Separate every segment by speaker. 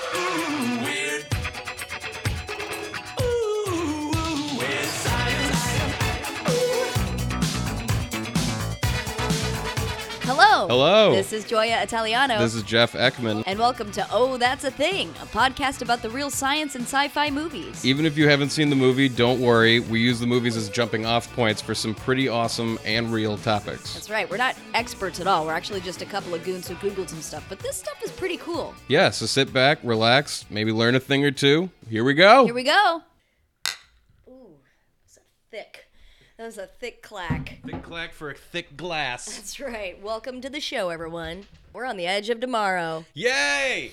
Speaker 1: Weird. Ooh, weird science.
Speaker 2: Hello.
Speaker 3: Hello.
Speaker 2: This is Joya Italiano.
Speaker 3: This is Jeff Ekman.
Speaker 2: and welcome to Oh, That's a Thing, a podcast about the real science in sci fi movies.
Speaker 3: Even if you haven't seen the movie, don't worry. We use the movies as jumping off points for some pretty awesome and real topics.
Speaker 2: That's right, we're not experts at all. We're actually just a couple of goons who Googled some stuff, but this stuff is pretty cool.
Speaker 3: Yeah, so sit back, relax, maybe learn a thing or two. Here we go.
Speaker 2: Here we go. Ooh, that's a thick. That was a thick clack.
Speaker 3: Thick clack for a thick glass.
Speaker 2: That's right. Welcome to the show, everyone. We're on the edge of tomorrow.
Speaker 3: Yay!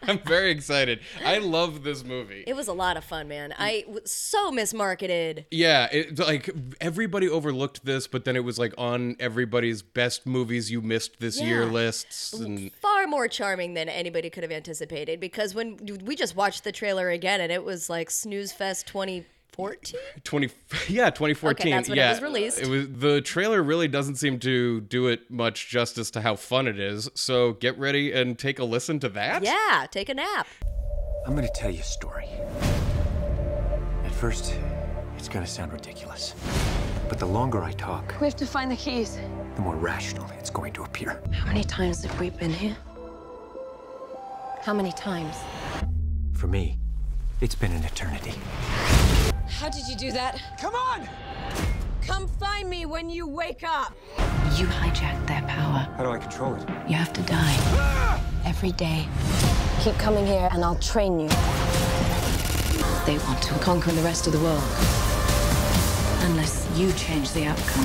Speaker 3: I'm very excited. I love this movie.
Speaker 2: It was a lot of fun, man. I was so mismarketed.
Speaker 3: Yeah, it, like everybody overlooked this, but then it was like on everybody's best movies you missed this year
Speaker 2: Yeah.
Speaker 3: lists. And
Speaker 2: far more charming than anybody could have anticipated because when we just watched the trailer again and it was like snooze fest 2014
Speaker 3: 20 yeah 2014
Speaker 2: Okay, that's when it
Speaker 3: yeah
Speaker 2: was released.
Speaker 3: it was the trailer really doesn't seem to do it much justice to how fun it is so get ready and take a listen to that
Speaker 2: yeah take a nap
Speaker 4: I'm gonna tell you a story. At first, it's gonna sound ridiculous. But the longer I talk,
Speaker 5: We have to find the keys.
Speaker 4: the more rational it's going to appear.
Speaker 5: How many times have we been here? How many times?
Speaker 4: For me, it's been an eternity.
Speaker 5: How did you do that? Come on! Come find me when you wake up!
Speaker 6: You hijacked their power.
Speaker 4: How do I control it?
Speaker 6: You have to die. Every day,
Speaker 5: Keep coming here and I'll train you.
Speaker 6: they want to conquer the rest of the world. Unless you change the outcome.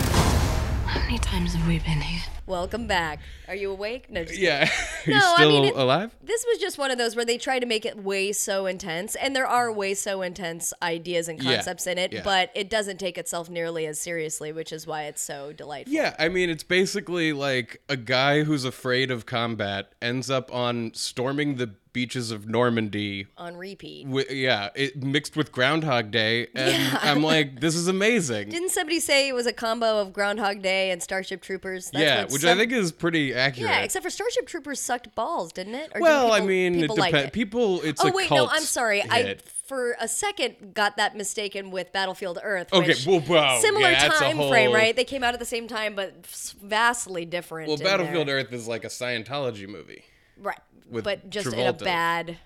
Speaker 6: How many times have we been here?
Speaker 2: welcome back are you awake no just
Speaker 3: yeah are you
Speaker 2: No, I
Speaker 3: still
Speaker 2: mean it-
Speaker 3: alive
Speaker 2: this was just one of those where they try to make it way so intense and there are way so intense ideas and
Speaker 3: Yeah,
Speaker 2: concepts in it
Speaker 3: yeah.
Speaker 2: but it doesn't take itself nearly as seriously which is why it's so delightful
Speaker 3: yeah i mean it's basically like a guy who's afraid of combat ends up on storming the beaches of normandy
Speaker 2: on repeat
Speaker 3: wi yeah it, mixed with groundhog day and i'm like this is amazing
Speaker 2: didn't somebody say it was a combo of groundhog day and starship troopers That's
Speaker 3: yeah
Speaker 2: what
Speaker 3: which i
Speaker 2: some-
Speaker 3: think is pretty accurate
Speaker 2: Yeah, except for Starship Troopers sucked balls, didn't it? Or didn't
Speaker 3: well, I
Speaker 2: people-
Speaker 3: mean,
Speaker 2: people
Speaker 3: it
Speaker 2: liked
Speaker 3: depends.
Speaker 2: it?
Speaker 3: People, it's
Speaker 2: oh
Speaker 3: a
Speaker 2: wait,
Speaker 3: cult
Speaker 2: no, I'm sorry. I
Speaker 3: hit.
Speaker 2: for a second got that mistaken with Battlefield Earth.
Speaker 3: Okay,
Speaker 2: which-
Speaker 3: well, wow,
Speaker 2: similar
Speaker 3: yeah, that's a
Speaker 2: time frame,
Speaker 3: whole-
Speaker 2: right? They came out at the same time, but s- vastly different.
Speaker 3: Well,
Speaker 2: in
Speaker 3: Battlefield
Speaker 2: their-
Speaker 3: Earth is like a Scientology movie.
Speaker 2: right?
Speaker 3: with
Speaker 2: but just in a
Speaker 3: Travolta.
Speaker 2: bad.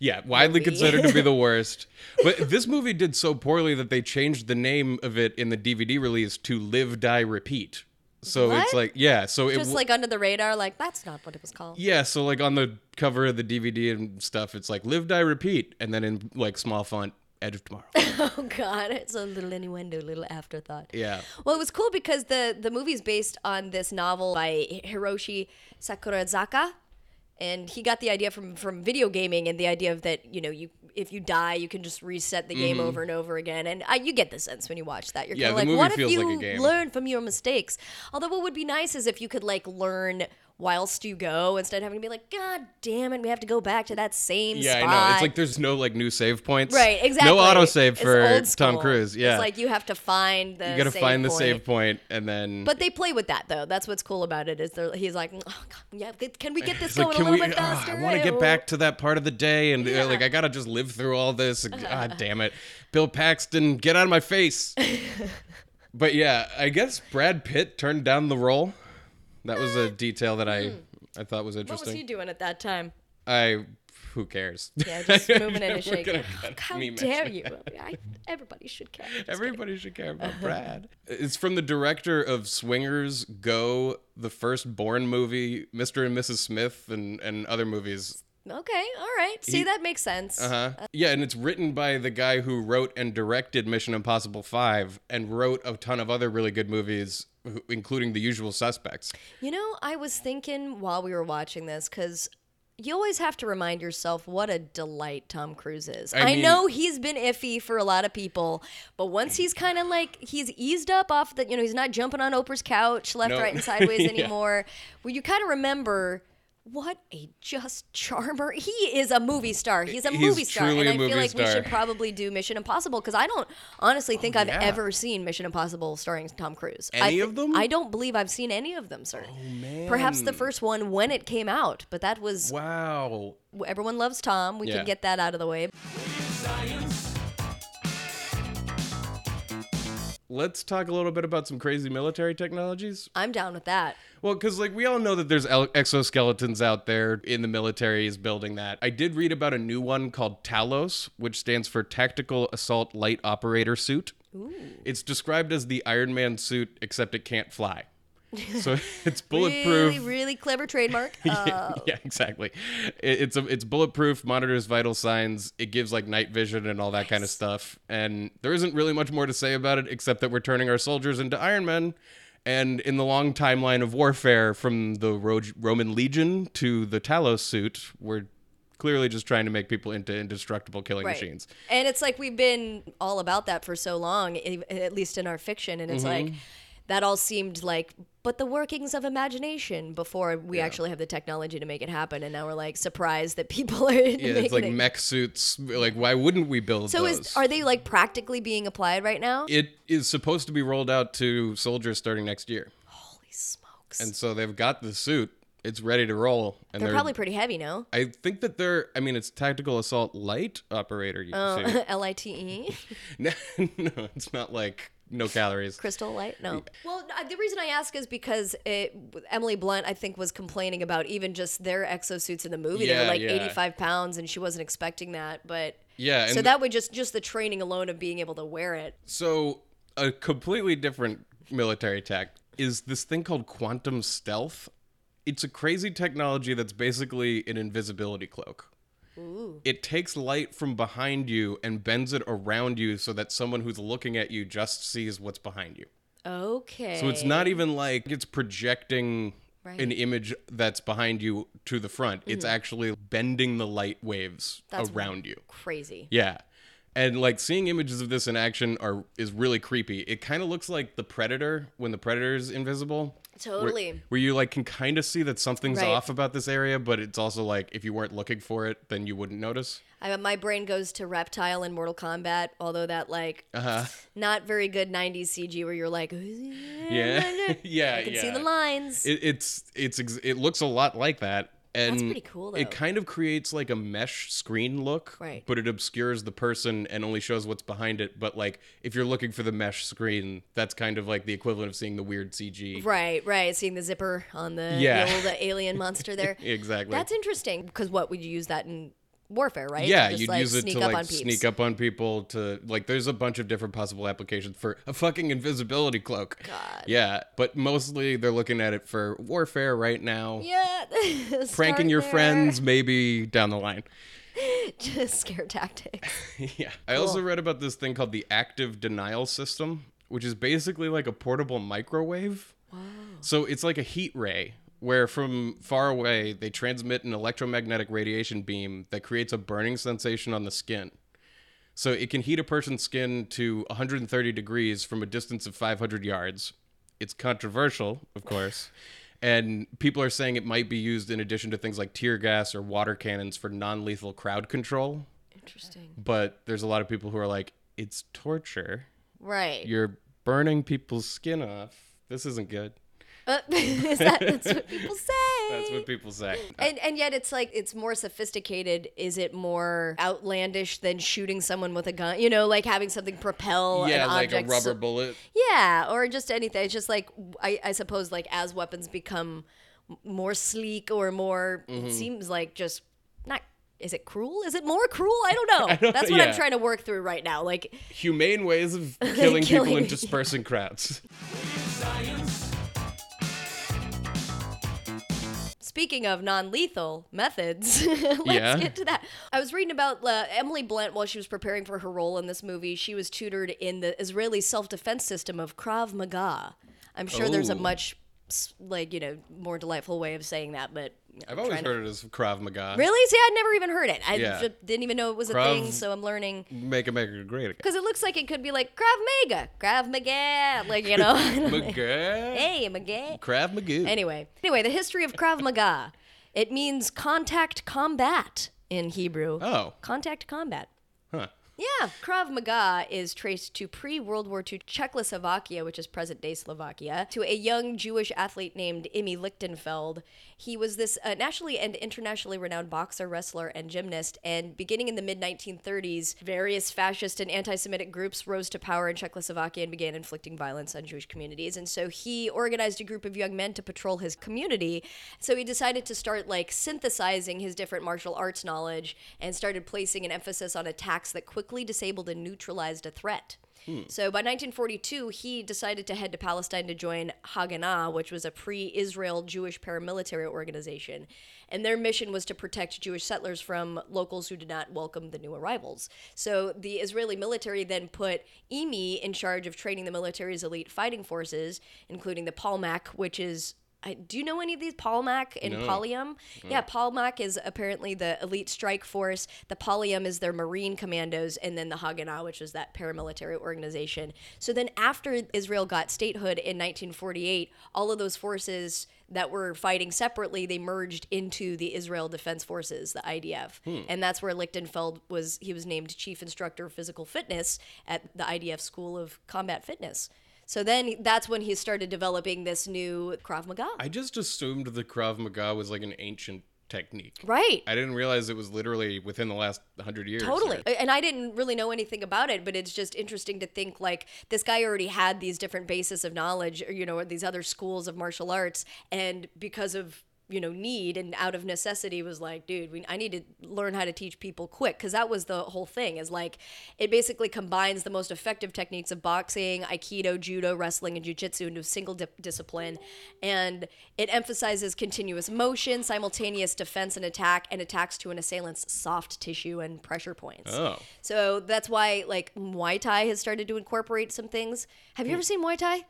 Speaker 3: Yeah, widely
Speaker 2: Movie.
Speaker 3: considered to be the worst. But this movie did so poorly that they changed the name of it in the DVD release to Live, Die, Repeat. So
Speaker 2: What?
Speaker 3: it's like, yeah, so it
Speaker 2: Just
Speaker 3: w-
Speaker 2: like under the radar, like that's not what it was called.
Speaker 3: yeah, so like on the cover of the DVD and stuff, it's like Live, Die, Repeat, and then in like small font, Edge of Tomorrow.
Speaker 2: Oh God, it's a little innuendo, little afterthought.
Speaker 3: Yeah.
Speaker 2: Well, it was cool because the the movie's based on this novel by Hiroshi Sakurazaka, and he got the idea from from video gaming and the idea of that you know you if you die you can just reset the game over and over again and I, you get the sense when you watch that you're
Speaker 3: Mm-hmm. Yeah,
Speaker 2: kind
Speaker 3: the
Speaker 2: of like
Speaker 3: movie
Speaker 2: what if
Speaker 3: feels like a
Speaker 2: you
Speaker 3: game.
Speaker 2: learn from your mistakes although what would be nice is if you could like learn whilst you go instead of having to be like god damn it we have to go back to that same
Speaker 3: yeah,
Speaker 2: spot
Speaker 3: I know. It's like there's no like new save points.
Speaker 2: Right, exactly.
Speaker 3: No autosave
Speaker 2: It's
Speaker 3: for
Speaker 2: old
Speaker 3: Tom
Speaker 2: school.
Speaker 3: Cruise. Yeah.
Speaker 2: It's like you have to find the
Speaker 3: you gotta
Speaker 2: save
Speaker 3: find the
Speaker 2: point.
Speaker 3: save point and then
Speaker 2: But they play with that though. That's what's cool about it is they're, he's like, oh, God, yeah, good- can we get this
Speaker 3: It's like,
Speaker 2: going a
Speaker 3: can
Speaker 2: little
Speaker 3: we?
Speaker 2: bit
Speaker 3: ah,
Speaker 2: faster?
Speaker 3: I want to
Speaker 2: Oh.
Speaker 3: get back to that part of the day, and uh, like I gotta just live through all this. and- God damn it, Bill Paxton, get out of my face! but yeah, I guess Brad Pitt turned down the role. That was a detail that I I thought was
Speaker 2: Eh. Hmm. What was he
Speaker 3: interesting.
Speaker 2: doing at that time?
Speaker 3: I who cares?
Speaker 2: Yeah, just moving in
Speaker 3: We're
Speaker 2: a shake.
Speaker 3: gonna
Speaker 2: Oh,
Speaker 3: cut
Speaker 2: How
Speaker 3: me
Speaker 2: dare
Speaker 3: mentioning
Speaker 2: you? I, everybody should care. Just kidding.
Speaker 3: Everybody should care
Speaker 2: Uh-huh.
Speaker 3: about Brad. It's from the director of Swingers, Go, the first Born movie, Mr. and Mrs. Smith, and, and other movies.
Speaker 2: Okay, all right. See, that makes sense.
Speaker 3: Uh-huh. Yeah, and it's written by the guy who wrote and directed Mission Impossible 5 and wrote a ton of other really good movies, who- including The Usual Suspects.
Speaker 2: You know, I was thinking while we were watching this because you always have to remind yourself what a delight Tom Cruise is. I,
Speaker 3: I mean-
Speaker 2: know he's been iffy for a lot of people, but once he's kind of like he's eased up off the, you know, he's not jumping on Oprah's couch left,
Speaker 3: No.
Speaker 2: right, and sideways
Speaker 3: Yeah.
Speaker 2: anymore. Well, you kind of remember What a just charmer. He is a movie star. He's a
Speaker 3: He's
Speaker 2: movie star. And
Speaker 3: truly a
Speaker 2: I
Speaker 3: movie
Speaker 2: feel like we
Speaker 3: star.
Speaker 2: should probably do Mission Impossible because I don't honestly think I've
Speaker 3: Oh, yeah.
Speaker 2: ever seen Mission Impossible starring Tom Cruise. I
Speaker 3: Any
Speaker 2: thi-
Speaker 3: of them?
Speaker 2: I don't believe I've seen any of them, sir. Oh, man. Perhaps the first one when it came out, but that was
Speaker 3: Wow.
Speaker 2: everyone loves Tom. We
Speaker 3: Yeah.
Speaker 2: can get that out of the way.
Speaker 3: Let's talk a little bit about some crazy military technologies.
Speaker 2: I'm down with that.
Speaker 3: Well, because like we all know that there's el- exoskeletons out there in the military is building that. I did read about a new one called Talos, which stands for Tactical Assault Light Operator Suit. It's described as the Iron Man suit, except it can't fly. So it's bulletproof.
Speaker 2: Really, really clever trademark. Uh,
Speaker 3: yeah,
Speaker 2: Oh.
Speaker 3: yeah, exactly. It, it's a, it's bulletproof, monitors vital signs, it gives like night vision and all that kind of stuff. And there isn't really much more to say about it except that we're turning our soldiers into Iron Men. And in the long timeline of warfare from the Ro- Roman legion to the Talos suit, we're clearly just trying to make people into indestructible killing
Speaker 2: Right.
Speaker 3: machines.
Speaker 2: And it's like we've been all about that for so long, i- at least in our fiction. And it's like
Speaker 3: Mm-hmm.
Speaker 2: that all seemed like, but the workings of imagination before we actually have the technology to make it happen. And now we're like surprised that people are
Speaker 3: Yeah,
Speaker 2: making
Speaker 3: it's like
Speaker 2: it.
Speaker 3: mech suits. Like, why wouldn't we build
Speaker 2: so
Speaker 3: those?
Speaker 2: is are they like practically being applied right now?
Speaker 3: it is supposed to be rolled out to soldiers starting next year.
Speaker 2: Holy smokes!
Speaker 3: And so they've got the suit. It's ready to roll. And
Speaker 2: they're, probably pretty heavy, no?
Speaker 3: I think that they're. I mean, it's tactical assault light operator
Speaker 2: Oh.
Speaker 3: suit.
Speaker 2: L I T E.
Speaker 3: no, it's not like no calories.
Speaker 2: crystal light no well uh, the reason i ask is because it, emily blunt i think was complaining about even just their exosuits in the movie they
Speaker 3: Yeah,
Speaker 2: were like
Speaker 3: yeah.
Speaker 2: 85 pounds and she wasn't expecting that but
Speaker 3: Yeah,
Speaker 2: so
Speaker 3: and-
Speaker 2: that would just just the training alone of being able to wear it
Speaker 3: So a completely different military tech is this thing called quantum stealth. It's a crazy technology that's basically an invisibility cloak. It takes light from behind you and bends it around you so that someone who's looking at you just sees what's behind you.
Speaker 2: okay
Speaker 3: So it's not even like it's projecting
Speaker 2: Right. Mm-hmm.
Speaker 3: an image that's behind you to the front. It's actually bending the light waves
Speaker 2: That's
Speaker 3: around you.
Speaker 2: crazy
Speaker 3: Yeah. And like seeing images of this in action are is really creepy. It kind of looks like the predator when the predator is invisible. where-
Speaker 2: Totally.
Speaker 3: Where, you like can kind of see that something's
Speaker 2: Right.
Speaker 3: off about this area, but it's also like if you weren't looking for it, then you wouldn't notice.
Speaker 2: I, my brain goes to reptile in mortal kombat although that like
Speaker 3: Uh-huh.
Speaker 2: not very good 90s cg where you're like
Speaker 3: Yeah. yeah.
Speaker 2: i can see
Speaker 3: yeah.
Speaker 2: the lines
Speaker 3: It, it's it's ex- it looks a lot like that. And
Speaker 2: pretty cool, though.
Speaker 3: It kind of creates like a mesh screen look,
Speaker 2: Right.
Speaker 3: But it obscures the person and only shows what's behind it. But like, if you're looking for the mesh screen, that's kind of like the equivalent of seeing the weird CG.
Speaker 2: Right, right. Seeing the zipper on the, the
Speaker 3: Yeah.
Speaker 2: old uh, alien monster there.
Speaker 3: Exactly.
Speaker 2: That's interesting because what would you use that in warfare, right? You
Speaker 3: Yeah,
Speaker 2: just,
Speaker 3: you'd
Speaker 2: like,
Speaker 3: use it
Speaker 2: sneak
Speaker 3: to
Speaker 2: up
Speaker 3: like
Speaker 2: on peeps.
Speaker 3: sneak up on people. To like, there's a bunch of different possible applications for a fucking invisibility cloak. God. Yeah, but mostly they're looking at it for warfare right now.
Speaker 2: Yeah.
Speaker 3: Pranking
Speaker 2: start
Speaker 3: your
Speaker 2: there.
Speaker 3: friends, maybe down the line.
Speaker 2: Just scare tactics.
Speaker 3: Yeah. I also read about this thing called the active denial system, which is basically like a portable microwave. Wow. So it's like a heat ray where from far away they transmit an electromagnetic radiation beam that creates a burning sensation on the skin. So it can heat a person's skin to 130 degrees from a distance of 500 yards. It's controversial, of course. And people are saying it might be used in addition to things like tear gas or water cannons for non lethal crowd control
Speaker 2: Interesting.
Speaker 3: but there's a lot of people who are like, it's torture.
Speaker 2: Right.
Speaker 3: You're burning people's skin off. This isn't good.
Speaker 2: Uh, is that, that's what people say.
Speaker 3: That's what people say.
Speaker 2: and, and yet it's like it's more sophisticated is it more outlandish than shooting someone with a gun you know like having something propel
Speaker 3: yeah,
Speaker 2: an
Speaker 3: like a
Speaker 2: object so-
Speaker 3: rubber bullet.
Speaker 2: Yeah, or just anything. It's just like I, I suppose like as weapons become m- more sleek or more, it seems like just not. Is it cruel? Is it more cruel? I don't know. That's what
Speaker 3: yeah.
Speaker 2: I'm trying to work through right now. Like
Speaker 3: Humane ways of killing, people
Speaker 2: Killing-
Speaker 3: and dispersing crowds.
Speaker 2: speaking of non-lethal methods, let's
Speaker 3: Yeah.
Speaker 2: get to that. I was reading about uh, Emily Blunt while she was preparing for her role in this movie. She was tutored in the Israeli self-defense system of Krav Maga. I'm sure there's a
Speaker 3: Oh.
Speaker 2: much s- like you know more delightful way of saying that, but you know,
Speaker 3: I've
Speaker 2: I'm
Speaker 3: always
Speaker 2: trying to-
Speaker 3: heard it as Krav Maga.
Speaker 2: Really? See, I'd never even heard it. I
Speaker 3: Yeah.
Speaker 2: ju- didn't even know it was a
Speaker 3: Krav-
Speaker 2: thing, so I'm learning.
Speaker 3: Make America great again.
Speaker 2: Because it looks like it could be like Krav Maga, Krav Maga, like, you know.
Speaker 3: Maga.
Speaker 2: hey, Maga.
Speaker 3: Krav Maga.
Speaker 2: Anyway, anyway, the history of Krav Maga It means contact combat in Hebrew.
Speaker 3: Oh.
Speaker 2: Contact combat.
Speaker 3: Huh.
Speaker 2: Yeah, Krav Maga is traced to pre World War II Czechoslovakia, which is present day Slovakia, to a young Jewish athlete named Imi Lichtenfeld. He was this uh, nationally and internationally renowned boxer, wrestler, and gymnast. And beginning in the mid 1930s, various fascist and anti Semitic groups rose to power in Czechoslovakia and began inflicting violence on Jewish communities. And so he organized a group of young men to patrol his community. So he decided to start like synthesizing his different martial arts knowledge and started placing an emphasis on attacks that quickly disabled and neutralized a threat. So by 1942, he decided to head to Palestine to join Haganah, which was a pre Israel Jewish paramilitary organization. And their mission was to protect Jewish settlers from locals who did not welcome the new arrivals. So the Israeli military then put Emi in charge of training the military's elite fighting forces, including the Palmac, which is I, do you know any of these? Palmac and Polium? Yeah, Palmac is apparently the elite strike force. The Polium is their marine commandos, and then the Haganah, which is that paramilitary organization. So then, after Israel got statehood in 1948, all of those forces that were fighting separately, they merged into the Israel Defense Forces, the IDF, and that's where Lichtenfeld was. He was named chief instructor of physical fitness at the IDF School of Combat Fitness. So then, that's when he started developing this new Krav Maga.
Speaker 3: I just assumed the Krav Maga was like an ancient technique.
Speaker 2: Right.
Speaker 3: I didn't realize it was literally within the last hundred years.
Speaker 2: Totally.
Speaker 3: Like,
Speaker 2: And I didn't really know anything about it, but it's just interesting to think like this guy already had these different bases of knowledge, or, you know, or these other schools of martial arts. And because of, you know, need and out of necessity was like, dude, we, I need to learn how to teach people quick. Cause that was the whole thing is like, it basically combines the most effective techniques of boxing, Aikido, Judo, wrestling, and jujitsu into a single di- discipline. And it emphasizes continuous motion, simultaneous defense and attack, and attacks to an assailant's soft tissue and pressure points.
Speaker 3: Oh.
Speaker 2: So that's why like Muay Thai has started to incorporate some things. Have you ever seen Muay Thai?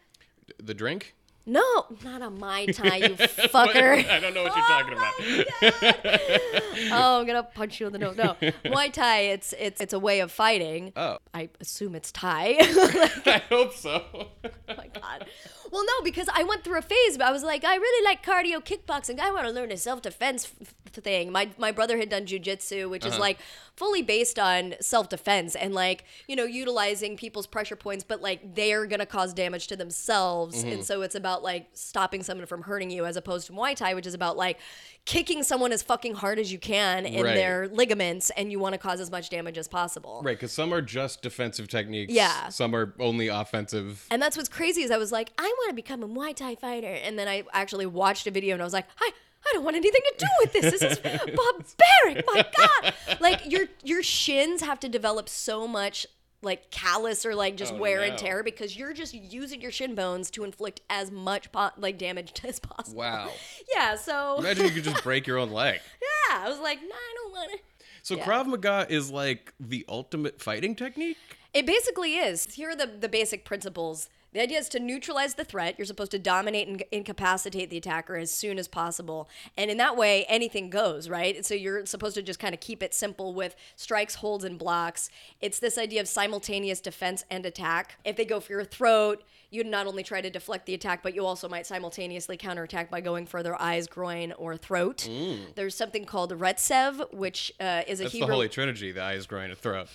Speaker 3: the drink?
Speaker 2: No, not a Mai Tai, you fucker.
Speaker 3: I don't know what you're talking about.
Speaker 2: oh, I'm gonna punch you in the nose. No, Muay Thai. It's it's it's a way of fighting. Oh, I assume it's Thai.
Speaker 3: I hope so.
Speaker 2: oh my god. Well, no, because I went through a phase. But I was like, I really like cardio kickboxing. I want to learn a self defense f- f- thing. My my brother had done jujitsu, which is like fully based on self defense and like you know utilizing people's pressure points, but like they're gonna cause damage to themselves, and so it's about like stopping someone from hurting you, as opposed to Muay Thai, which is about like kicking someone as fucking hard as you can in
Speaker 3: Right.
Speaker 2: their ligaments, and you want to cause as much damage as possible.
Speaker 3: Right, because some are just defensive techniques.
Speaker 2: Yeah.
Speaker 3: Some are only offensive.
Speaker 2: And that's what's crazy is I was like, I want to become a Muay Thai fighter, and then I actually watched a video and I was like, I I don't want anything to do with this. This is barbaric. My God, like your your shins have to develop so much like callus or like just
Speaker 3: Oh,
Speaker 2: wear
Speaker 3: no.
Speaker 2: and tear because you're just using your shin bones to inflict as much po- like damage as possible.
Speaker 3: Wow.
Speaker 2: Yeah. So
Speaker 3: Imagine you could just break your own leg.
Speaker 2: yeah, I was like, nah, I don't want to.
Speaker 3: So Krav Maga is like the ultimate fighting technique?
Speaker 2: It basically is. Here are the, the basic principles. The idea is to neutralize the threat. You're supposed to dominate and incapacitate the attacker as soon as possible. And in that way, anything goes, right? So you're supposed to just kind of keep it simple with strikes, holds, and blocks. It's this idea of simultaneous defense and attack. If they go for your throat, you not only try to deflect the attack, but you also might simultaneously counterattack by going for their eyes, groin, or throat. There's something called retsev, which uh, is a
Speaker 3: Mm. That's
Speaker 2: Hebrew.
Speaker 3: the Holy Trinity, the eyes, groin, and throat.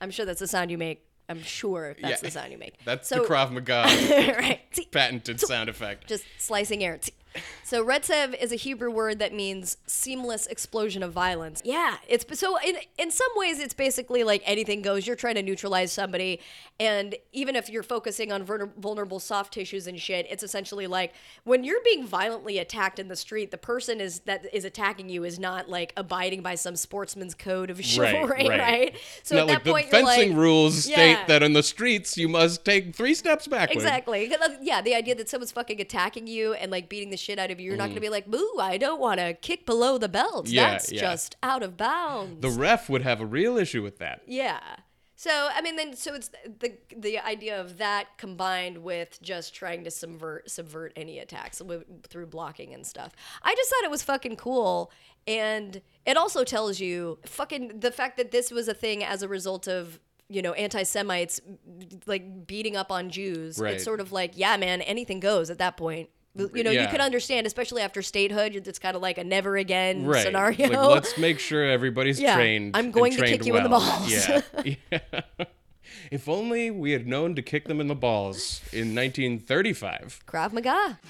Speaker 2: I'm sure that's the sound you make. I'm sure that's
Speaker 3: Yeah.
Speaker 2: the sound you make.
Speaker 3: That's
Speaker 2: So-
Speaker 3: the Krav Maga
Speaker 2: right.
Speaker 3: patented sound effect.
Speaker 2: Just slicing air. So retsev is a Hebrew word that means seamless explosion of violence. Yeah, it's so in in some ways it's basically like anything goes. You're trying to neutralize somebody, and even if you're focusing on vulner- vulnerable soft tissues and shit, it's essentially like when you're being violently attacked in the street, the person is that is attacking you is not like abiding by some sportsman's code of chivalry, right?
Speaker 3: right.
Speaker 2: So
Speaker 3: Now,
Speaker 2: at that
Speaker 3: like
Speaker 2: point,
Speaker 3: the
Speaker 2: you're
Speaker 3: fencing
Speaker 2: like,
Speaker 3: rules state
Speaker 2: Yeah.
Speaker 3: that in the streets you must take three steps backward.
Speaker 2: Exactly. 'Cause that's- Yeah, the idea that someone's fucking attacking you and like beating the shit out of you, you're not gonna be like, "Boo, I don't want to kick below the belt.
Speaker 3: Mm. Yeah,
Speaker 2: That's
Speaker 3: yeah.
Speaker 2: just out of bounds."
Speaker 3: The ref would have a real issue with that.
Speaker 2: yeah. So I mean, then so it's the the idea of that combined with just trying to subvert subvert any attacks wi- through blocking and stuff. I just thought it was fucking cool, and it also tells you fucking the fact that this was a thing as a result of you know anti Semites like beating up on Jews.
Speaker 3: Right.
Speaker 2: It's sort of like yeah, man, anything goes at that point. You know, you
Speaker 3: Yeah.
Speaker 2: can understand, especially after statehood, it's kind of like a never again
Speaker 3: right.
Speaker 2: scenario.
Speaker 3: Like, let's make sure everybody's
Speaker 2: Yeah,
Speaker 3: trained.
Speaker 2: I'm
Speaker 3: and
Speaker 2: going to
Speaker 3: trained
Speaker 2: kick you in the
Speaker 3: well.
Speaker 2: balls.
Speaker 3: Yeah. yeah. if only we had known to kick them in the balls in 1935.
Speaker 2: Krav Maga.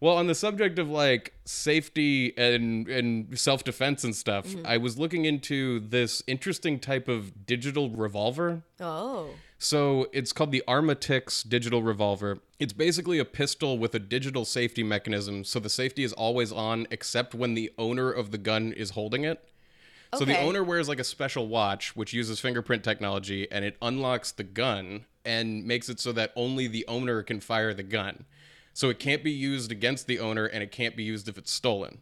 Speaker 3: Well, on the subject of like safety and and self defense and stuff,
Speaker 2: Mm-hmm.
Speaker 3: I was looking into this interesting type of digital revolver.
Speaker 2: Oh.
Speaker 3: So it's called the Armatix digital revolver. It's basically a pistol with a digital safety mechanism, so the safety is always on except when the owner of the gun is holding it. So the
Speaker 2: Okay.
Speaker 3: owner wears like a special watch which uses fingerprint technology and it unlocks the gun and makes it so that only the owner can fire the gun. So it can't be used against the owner and it can't be used if it's stolen.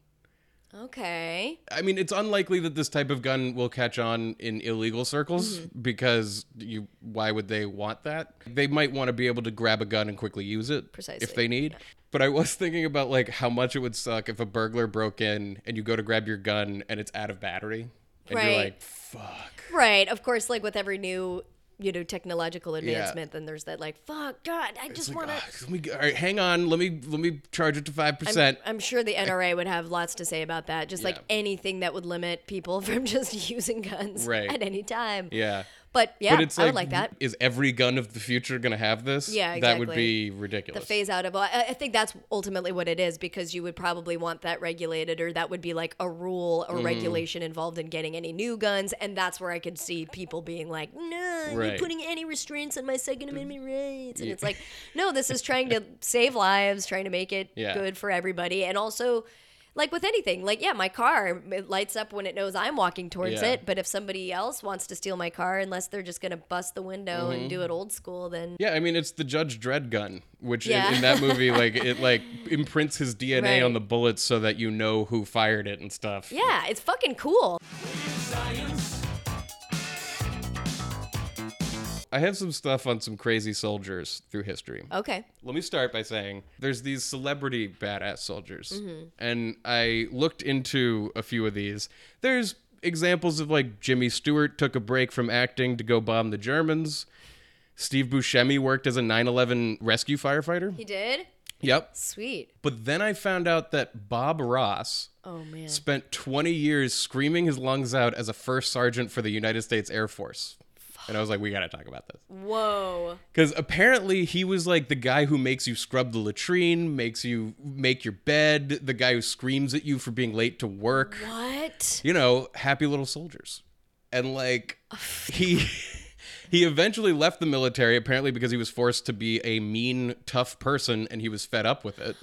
Speaker 2: Okay.
Speaker 3: I mean, it's unlikely that this type of gun will catch on in illegal circles
Speaker 2: Mm-hmm.
Speaker 3: because you why would they want that? They might want to be able to grab a gun and quickly use it
Speaker 2: Precisely.
Speaker 3: if they need. But I was thinking about like how much it would suck if a burglar broke in and you go to grab your gun and it's out of battery and
Speaker 2: Right.
Speaker 3: you're like, "Fuck."
Speaker 2: Right. Of course, like with every new, you know, technological advancement, then there's that like, fuck, God, I just want
Speaker 3: Like, "Ah,
Speaker 2: to.
Speaker 3: "Ugh, let me, all right, hang on. Let me let me charge it to 5%.
Speaker 2: I'm sure the NRA would have lots to say about that. Just like
Speaker 3: Yeah.
Speaker 2: anything that would limit people from just using guns
Speaker 3: Right.
Speaker 2: at any time.
Speaker 3: yeah.
Speaker 2: But yeah,
Speaker 3: but it's
Speaker 2: I
Speaker 3: like,
Speaker 2: would like that.
Speaker 3: Is every gun of the future going to have this?
Speaker 2: Yeah,
Speaker 3: That would
Speaker 2: exactly.
Speaker 3: be ridiculous.
Speaker 2: the phase out of I, I think that's ultimately what it is because you would probably want that regulated or that would be like a rule or
Speaker 3: Mm-hmm.
Speaker 2: regulation involved in getting any new guns and that's where i could see people being like no
Speaker 3: Right.
Speaker 2: you're putting any restraints on my second amendment rights and it's like no this is trying to save lives trying to make it
Speaker 3: Yeah.
Speaker 2: good for everybody and also like with anything like yeah my car it lights up when it knows i'm walking towards
Speaker 3: Yeah.
Speaker 2: it but if somebody else wants to steal my car unless they're just gonna bust the window
Speaker 3: Mm-hmm.
Speaker 2: and do it old school then
Speaker 3: Yeah, I mean it's the Judge Dredd gun, which in-
Speaker 2: Yeah.
Speaker 3: in, that movie like it like imprints his DNA on
Speaker 2: Right.
Speaker 3: the bullets so that you know who fired it and stuff.
Speaker 2: yeah it's fucking cool
Speaker 3: I have some stuff on some crazy soldiers through history.
Speaker 2: okay
Speaker 3: Let me start by saying there's these celebrity badass soldiers.
Speaker 2: Mm-hmm.
Speaker 3: And I looked into a few of these. There's examples of like Jimmy Stewart took a break from acting to go bomb the Germans. Steve Buscemi worked as a 9/11 rescue firefighter.
Speaker 2: He did?
Speaker 3: Yep.
Speaker 2: Sweet.
Speaker 3: But then I found out that Bob Ross
Speaker 2: Oh man.
Speaker 3: spent 20 years screaming his lungs out as a first sergeant for the United States Air Force. And I was like, we got to talk about this.
Speaker 2: Whoa.
Speaker 3: Because apparently he was like the guy who makes you scrub the latrine, makes you make your bed, the guy who screams at you for being late to work.
Speaker 2: What?
Speaker 3: You know, happy little soldiers. And like, he. He eventually left the military apparently because he was forced to be a mean, tough person and he was fed up with it.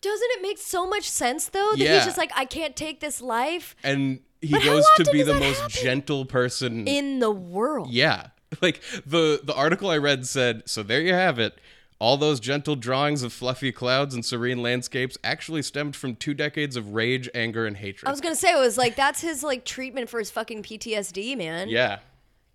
Speaker 2: Doesn't it make so much sense though that
Speaker 3: Yeah.
Speaker 2: he's just like I can't take this life
Speaker 3: and he
Speaker 2: But how
Speaker 3: goes to
Speaker 2: often
Speaker 3: be
Speaker 2: does
Speaker 3: the
Speaker 2: that
Speaker 3: most
Speaker 2: happen?
Speaker 3: gentle person
Speaker 2: in the world?
Speaker 3: yeah like the the article i read said so there you have it all those gentle drawings of fluffy clouds and serene landscapes actually stemmed from two decades of rage anger and hatred
Speaker 2: I was going to say it was like that's his like treatment for his fucking PTSD, man.
Speaker 3: yeah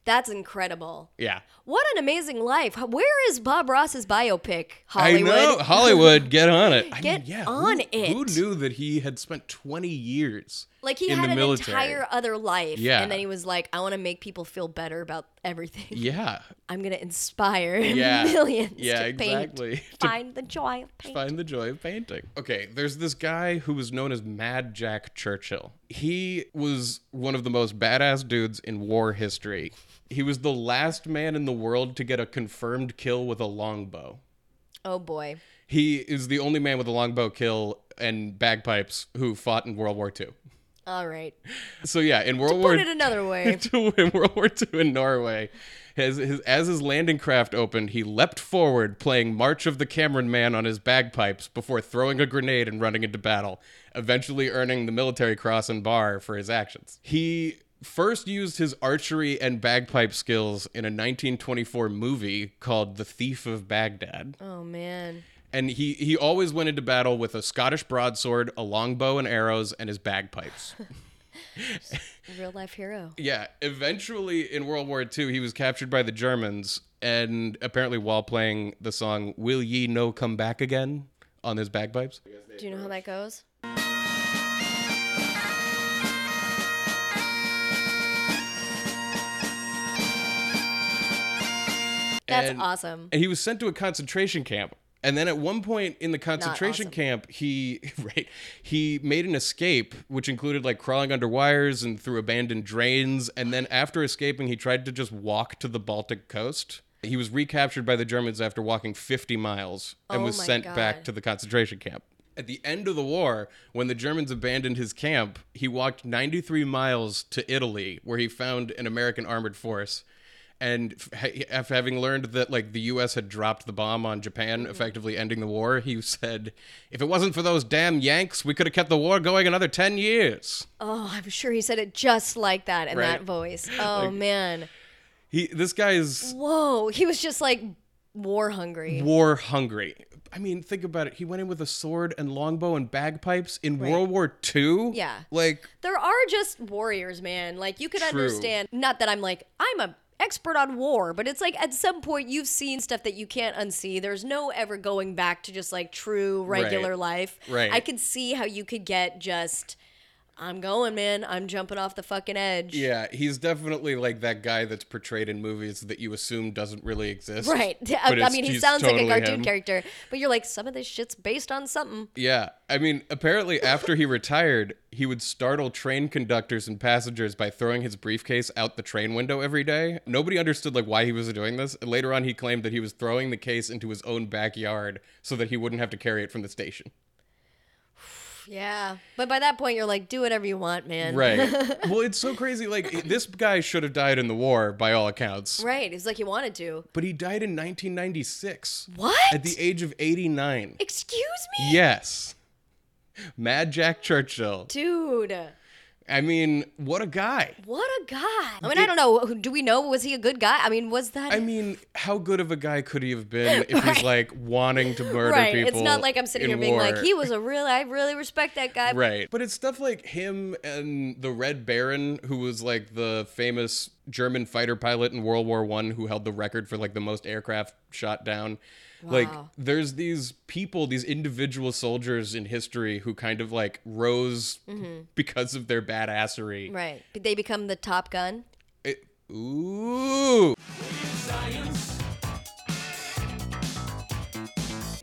Speaker 2: That's incredible.
Speaker 3: yeah
Speaker 2: What an amazing life. Where is Bob Ross's biopic? Hollywood.
Speaker 3: i know hollywood get on it I
Speaker 2: Get
Speaker 3: mean, yeah,
Speaker 2: on
Speaker 3: who, who
Speaker 2: it.
Speaker 3: knew that he had spent 20 years
Speaker 2: Like he
Speaker 3: in
Speaker 2: had
Speaker 3: the
Speaker 2: an
Speaker 3: military
Speaker 2: entire other life
Speaker 3: Yeah.
Speaker 2: and then he was like I want to make people feel better about everything.
Speaker 3: yeah
Speaker 2: I'm going to inspire
Speaker 3: Yeah.
Speaker 2: millions
Speaker 3: Yeah,
Speaker 2: to paint.
Speaker 3: exactly. To-
Speaker 2: Find the joy of painting.
Speaker 3: Find the joy of painting. Okay, there's this guy who was known as Mad Jack Churchill. He was one of the most badass dudes in war history. He was the last man in the world to get a confirmed kill with a longbow.
Speaker 2: Oh boy.
Speaker 3: He is the only man with a longbow kill and bagpipes who fought in World War II.
Speaker 2: All right.
Speaker 3: So yeah, in World War
Speaker 2: Put it another way.
Speaker 3: to win World War II in Norway. As his, as his landing craft opened, he leapt forward, playing March of the Cameron Man on his bagpipes before throwing a grenade and running into battle, eventually earning the Military Cross and Bar for his actions. He first used his archery and bagpipe skills in a 1924 movie called The Thief of Baghdad.
Speaker 2: Oh man.
Speaker 3: And he, he always went into battle with a Scottish broadsword, a longbow and arrows, and his bagpipes.
Speaker 2: Real life hero.
Speaker 3: Yeah, eventually in World War II, he was captured by the Germans, and apparently while playing the song "Will Ye No Come Back Again" on his bagpipes.
Speaker 2: Do you know how that goes? That's
Speaker 3: and-
Speaker 2: awesome.
Speaker 3: And he was sent to a concentration camp. And then at one point in the concentration
Speaker 2: awesome.
Speaker 3: camp, he right, he made an escape, which included like crawling under wires and through abandoned drains. And then after escaping, he tried to just walk to the Baltic coast. He was recaptured by the Germans after walking 50 miles and
Speaker 2: Oh
Speaker 3: was
Speaker 2: my
Speaker 3: sent
Speaker 2: God.
Speaker 3: back to the concentration camp. At the end of the war, when the Germans abandoned his camp, he walked 93 miles to Italy, where he found an American armored force. And f- ha- after having learned that like the U.S. had dropped the bomb on Japan, effectively ending the war, he said, "If it wasn't for those damn Yanks, we could have kept the war going another 10 years."
Speaker 2: Oh, I'm sure he said it just like that in that
Speaker 3: Right.
Speaker 2: voice. Oh man.
Speaker 3: He, this guy is
Speaker 2: Whoa. He was just like war hungry.
Speaker 3: war hungry. I mean, think about it. He went in with a sword and longbow and bagpipes in
Speaker 2: Right.
Speaker 3: World War II.
Speaker 2: Yeah.
Speaker 3: like
Speaker 2: There are just warriors, man. Like you could
Speaker 3: True.
Speaker 2: understand. Not that I'm like I'm a expert on war, but it's like at some point you've seen stuff that you can't unsee. There's no ever going back to just like true regular
Speaker 3: Right.
Speaker 2: life.
Speaker 3: Right.
Speaker 2: I could see how you could get just. I'm going, man. I'm jumping off the fucking edge.
Speaker 3: Yeah, he's definitely like that guy that's portrayed in movies that you assume doesn't really exist.
Speaker 2: Right. I, I
Speaker 3: but it's-
Speaker 2: mean, he
Speaker 3: he's
Speaker 2: sounds
Speaker 3: totally
Speaker 2: like a cartoon
Speaker 3: him.
Speaker 2: character, but you're like, some of this shit's based on something.
Speaker 3: Yeah. I mean, apparently after he retired, he would startle train conductors and passengers by throwing his briefcase out the train window every day. Nobody understood like why he was doing this. And later on he claimed that he was throwing the case into his own backyard so that he wouldn't have to carry it from the station.
Speaker 2: Yeah. But by that point, you're like, do whatever you want, man.
Speaker 3: Right. well, it's so crazy like this guy should have died in the war by all accounts.
Speaker 2: Right. It's like he wanted to.
Speaker 3: But he died in 1996
Speaker 2: What?
Speaker 3: at the age of 89.
Speaker 2: Excuse me?
Speaker 3: Yes. Mad Jack Churchill.
Speaker 2: Dude.
Speaker 3: I mean, what a guy.
Speaker 2: What a guy. I mean, I don't know. Do we know? Was he a good guy? I mean, was that.
Speaker 3: I mean, how good of a guy could he have been if he's like wanting to murder
Speaker 2: right.
Speaker 3: people?
Speaker 2: It's not like I'm sitting here
Speaker 3: in
Speaker 2: being like,
Speaker 3: war?
Speaker 2: he was a real. I really respect that guy.
Speaker 3: Right. But it's stuff like him and the Red Baron, who was like the famous German fighter pilot in World War One, who held the record for like the most aircraft shot down. Like, there's these people, these individual soldiers in history who kind of like rose because of their badassery.
Speaker 2: Mm-hmm. Right. Did they become the Top Gun?
Speaker 3: It- ooh.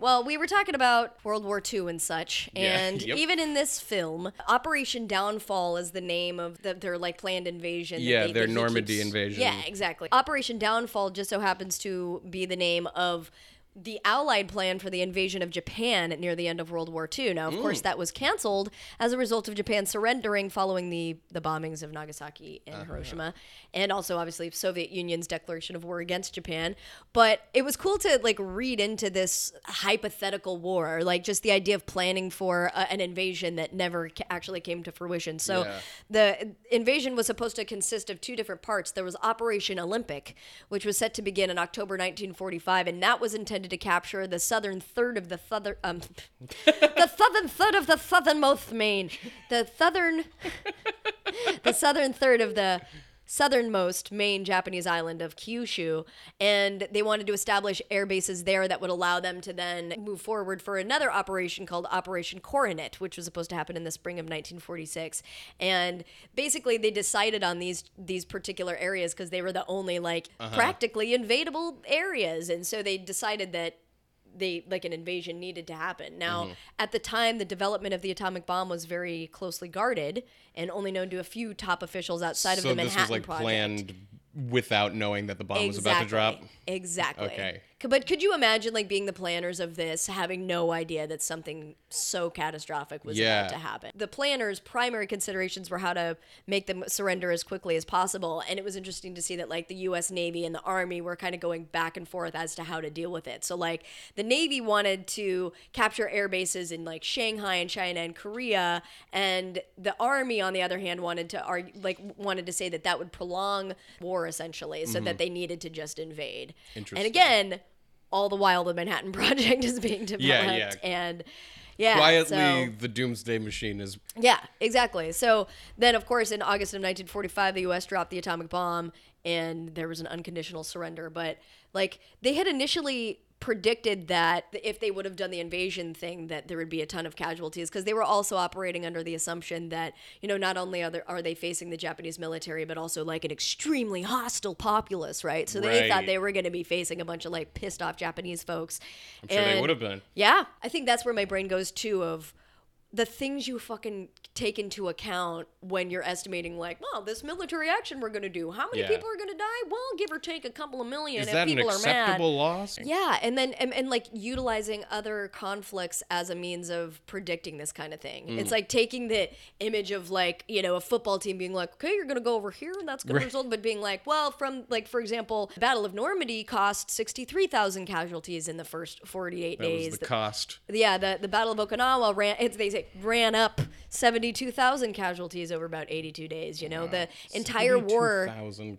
Speaker 2: Well, we were talking about World War II and such,
Speaker 3: Yeah,
Speaker 2: and
Speaker 3: yep.
Speaker 2: even in this film, Operation Downfall is the name of the, their like planned invasion. that
Speaker 3: Yeah,
Speaker 2: they-
Speaker 3: their
Speaker 2: that he
Speaker 3: Normandy
Speaker 2: keeps-
Speaker 3: invasion.
Speaker 2: Yeah, exactly. Operation Downfall just so happens to be the name of the Allied plan for the invasion of Japan near the end of World War II. Now, of course, that was canceled as a result of Japan surrendering following the the bombings of Nagasaki and Hiroshima, and also obviously Soviet Union's declaration of war against Japan. But it was cool to like read into this hypothetical war, or, like just the idea of planning for a, an invasion that never ca- actually came to fruition. So
Speaker 3: Yeah.
Speaker 2: the invasion was supposed to consist of two different parts. There was Operation Olympic, which was set to begin in October 1945, and that was intended to capture the southern third of the southern, um, the southern third of the southernmost main, the southern, the southern third of the southernmost main Japanese island of Kyushu, and they wanted to establish air bases there that would allow them to then move forward for another operation called Operation Coronet, which was supposed to happen in the spring of 1946. And basically, they decided on these these particular areas because they were the only like practically invadable areas, and so they decided that they like an invasion needed to happen. Now,
Speaker 3: Mm-hmm.
Speaker 2: at the time, the development of the atomic bomb was very closely guarded and only known to a few top officials outside of
Speaker 3: so
Speaker 2: the
Speaker 3: this
Speaker 2: Manhattan
Speaker 3: was like
Speaker 2: Project.
Speaker 3: planned without knowing that the bomb was about to drop.
Speaker 2: Exactly.
Speaker 3: Okay.
Speaker 2: C- But could you imagine like being the planners of this, having no idea that something so catastrophic was
Speaker 3: Yeah.
Speaker 2: about to happen? The planners' primary considerations were how to make them surrender as quickly as possible, and it was interesting to see that like the U.S. Navy and the Army were kind of going back and forth as to how to deal with it. So like the Navy wanted to capture air bases in like Shanghai and China and Korea, and the Army on the other hand wanted to argue like wanted to say that that would prolong war essentially, so that they needed to just invade.
Speaker 3: Mm-hmm. Interesting.
Speaker 2: And again, all the while the Manhattan Project is being developed
Speaker 3: Yeah, yeah.
Speaker 2: and yeah,
Speaker 3: Quietly,
Speaker 2: so-
Speaker 3: the doomsday machine is
Speaker 2: yeah, exactly. So then, of course, in August of 1945, the U.S. dropped the atomic bomb, and there was an unconditional surrender. But like they had initially predicted that if they would have done the invasion thing that there would be a ton of casualties because they were also operating under the assumption that you know not only are, there, are they facing the japanese military but also like an extremely hostile populace right so they thought
Speaker 3: Right.
Speaker 2: they were going to be facing a bunch of like pissed off japanese folks i'm
Speaker 3: sure they would have been.
Speaker 2: yeah i think that's where my brain goes too of the things you fucking take into account when you're estimating like well this military action we're going to do how many
Speaker 3: Yeah.
Speaker 2: people are going to die well give or take a couple of million
Speaker 3: Is
Speaker 2: if
Speaker 3: that an
Speaker 2: people are mad
Speaker 3: acceptable loss?
Speaker 2: yeah, and then and, and like utilizing other conflicts as a means of predicting this kind of thing. It's
Speaker 3: Hmm.
Speaker 2: like taking the image of like you know a football team being like, okay, you're gonna go over here and that's gonna
Speaker 3: Right.
Speaker 2: result, but being like, well, from like for example, Battle of Normandy cost sixty three thousand casualties in the first forty eight
Speaker 3: That was
Speaker 2: days.
Speaker 3: the
Speaker 2: The-
Speaker 3: cost.
Speaker 2: yeah, the, the Battle of Okinawa ran. It's, they say ran up seventy two thousand casualties over about eighty two days. You know, the entire war.
Speaker 3: Thousand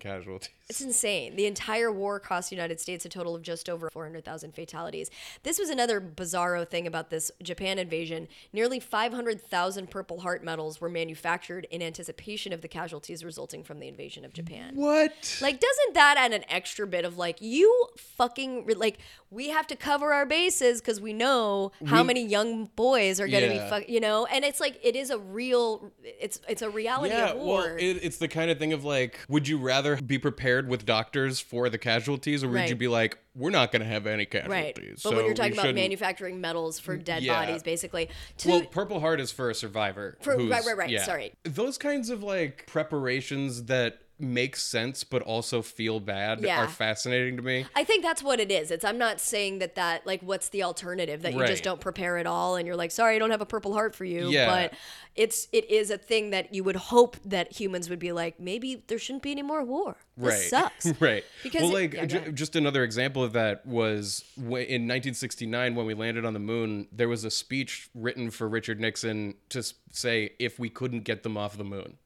Speaker 3: casualties.
Speaker 2: It's insane. The entire war cost the United States a total of just over 400,000 fatalities. This was another bizarro thing about this Japan invasion. Nearly 500,000 Purple Heart medals were manufactured in anticipation of the casualties resulting from the invasion of Japan.
Speaker 3: What?
Speaker 2: Like, doesn't that add an extra bit of like, you fucking, re- like, we have to cover our bases because we know how
Speaker 3: We-
Speaker 2: many young boys are going to
Speaker 3: Yeah.
Speaker 2: be, fuck, you know? And it's like, it is a real, it's it's a reality
Speaker 3: yeah,
Speaker 2: of
Speaker 3: well,
Speaker 2: war.
Speaker 3: it, it's the kind of thing of like, would you rather be prepared with doctors for the casualties, or would
Speaker 2: Right.
Speaker 3: you be like, we're not going to have any
Speaker 2: Right.
Speaker 3: casualties?
Speaker 2: But
Speaker 3: so
Speaker 2: when you're
Speaker 3: we
Speaker 2: talking about
Speaker 3: shouldn't- Mm,
Speaker 2: manufacturing metals for dead
Speaker 3: yeah.
Speaker 2: bodies, basically. To,
Speaker 3: Well, Purple Heart is for a survivor.
Speaker 2: For-
Speaker 3: who's-
Speaker 2: right, right, right, sorry.
Speaker 3: Those kinds of like preparations that make sense but also feel bad
Speaker 2: Yeah.
Speaker 3: are fascinating to me.
Speaker 2: I think that's what it is. It's I'm not saying that that like what's the alternative that you
Speaker 3: Right.
Speaker 2: just don't prepare at all and you're like sorry I don't have a purple heart for you.
Speaker 3: Yeah.
Speaker 2: But it's it is a thing that you would hope that humans would be like maybe there shouldn't be any more war. This
Speaker 3: right.
Speaker 2: sucks.
Speaker 3: right.
Speaker 2: Because
Speaker 3: well,
Speaker 2: it-
Speaker 3: like
Speaker 2: yeah, go
Speaker 3: ju-
Speaker 2: ahead.
Speaker 3: just another example of that was wh- in 1969 when we landed on the moon. There was a speech written for Richard Nixon to s- say if we couldn't get them off the moon.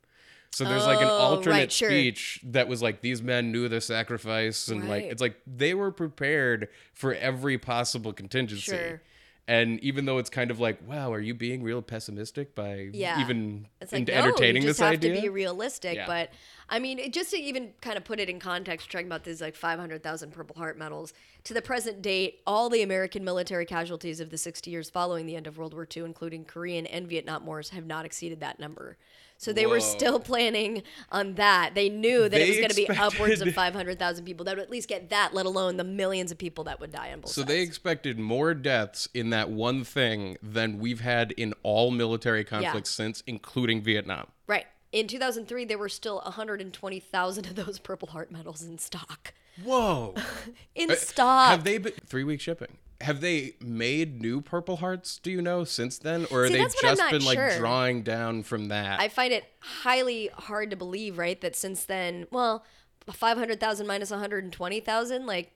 Speaker 3: So there's like an
Speaker 2: Oh, right,
Speaker 3: alternate
Speaker 2: sure.
Speaker 3: speech that was like these men knew their sacrifice and like
Speaker 2: Right.
Speaker 3: it's like they were prepared for every possible contingency.
Speaker 2: Sure.
Speaker 3: And even though it's kind of like, wow, are you being real pessimistic by
Speaker 2: yeah.
Speaker 3: even
Speaker 2: it's like,
Speaker 3: ent-
Speaker 2: no,
Speaker 3: entertaining
Speaker 2: you just
Speaker 3: this
Speaker 2: have
Speaker 3: idea?
Speaker 2: to be realistic.
Speaker 3: Yeah.
Speaker 2: But I mean, it, just to even kind of put it in context, talking about these like 500,000 Purple Heart medals to the present date, all the American military casualties of the 60 years following the end of World War II, including Korean and Vietnam wars, have not exceeded that number. So they were
Speaker 3: Whoa.
Speaker 2: still planning on that. They knew that it
Speaker 3: They
Speaker 2: was going to be upwards of
Speaker 3: expected-
Speaker 2: 500,000 people that would at least get that, let alone the millions of people that would die on both
Speaker 3: So
Speaker 2: sides.
Speaker 3: they expected more deaths in that one thing than we've had in all military conflicts since, including Vietnam.
Speaker 2: Right. In 2003, there were still 120,000 of those Purple Heart medals in stock.
Speaker 3: Whoa!
Speaker 2: In stock.
Speaker 3: Uh, Have they been three week shipping? Have they made new Purple Hearts? Do you know since then, or have
Speaker 2: See,
Speaker 3: they
Speaker 2: that's what I'm
Speaker 3: just
Speaker 2: not
Speaker 3: been like
Speaker 2: sure.
Speaker 3: drawing down from that?
Speaker 2: I find it highly hard to believe, right, that since then, well, 500,000 minus 120,000, like,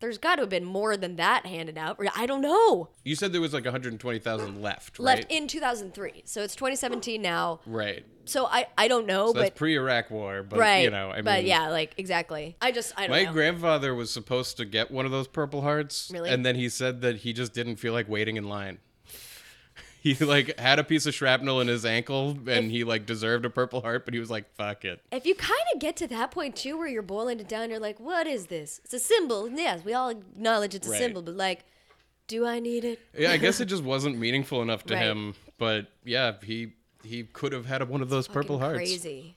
Speaker 2: there's got to have been more than that handed out. I don't know.
Speaker 3: you said there was like 120,000 left, right?
Speaker 2: Left in 2003. So it's 2017 now.
Speaker 3: right.
Speaker 2: So I, I don't know,
Speaker 3: So
Speaker 2: Oh, but.
Speaker 3: that's pre-Iraq War, but
Speaker 2: right.
Speaker 3: you know, I mean,
Speaker 2: but yeah, like, exactly. I just, I don't
Speaker 3: My
Speaker 2: know.
Speaker 3: grandfather was supposed to get one of those Purple Hearts,
Speaker 2: Really?
Speaker 3: and then he said that he just didn't feel like waiting in line. He like had a piece of shrapnel in his ankle, and he like deserved a Purple Heart, but he was like, "Fuck it."
Speaker 2: if you kind of get to that point too where you're boiling it down you're like what is this it's a symbol and yes we all acknowledge it's a
Speaker 3: Right.
Speaker 2: symbol but like do i need it
Speaker 3: Yeah, I guess it just wasn't meaningful enough to
Speaker 2: Right.
Speaker 3: him. But yeah, he he could have had one of those Purple
Speaker 2: Fucking
Speaker 3: Hearts.
Speaker 2: crazy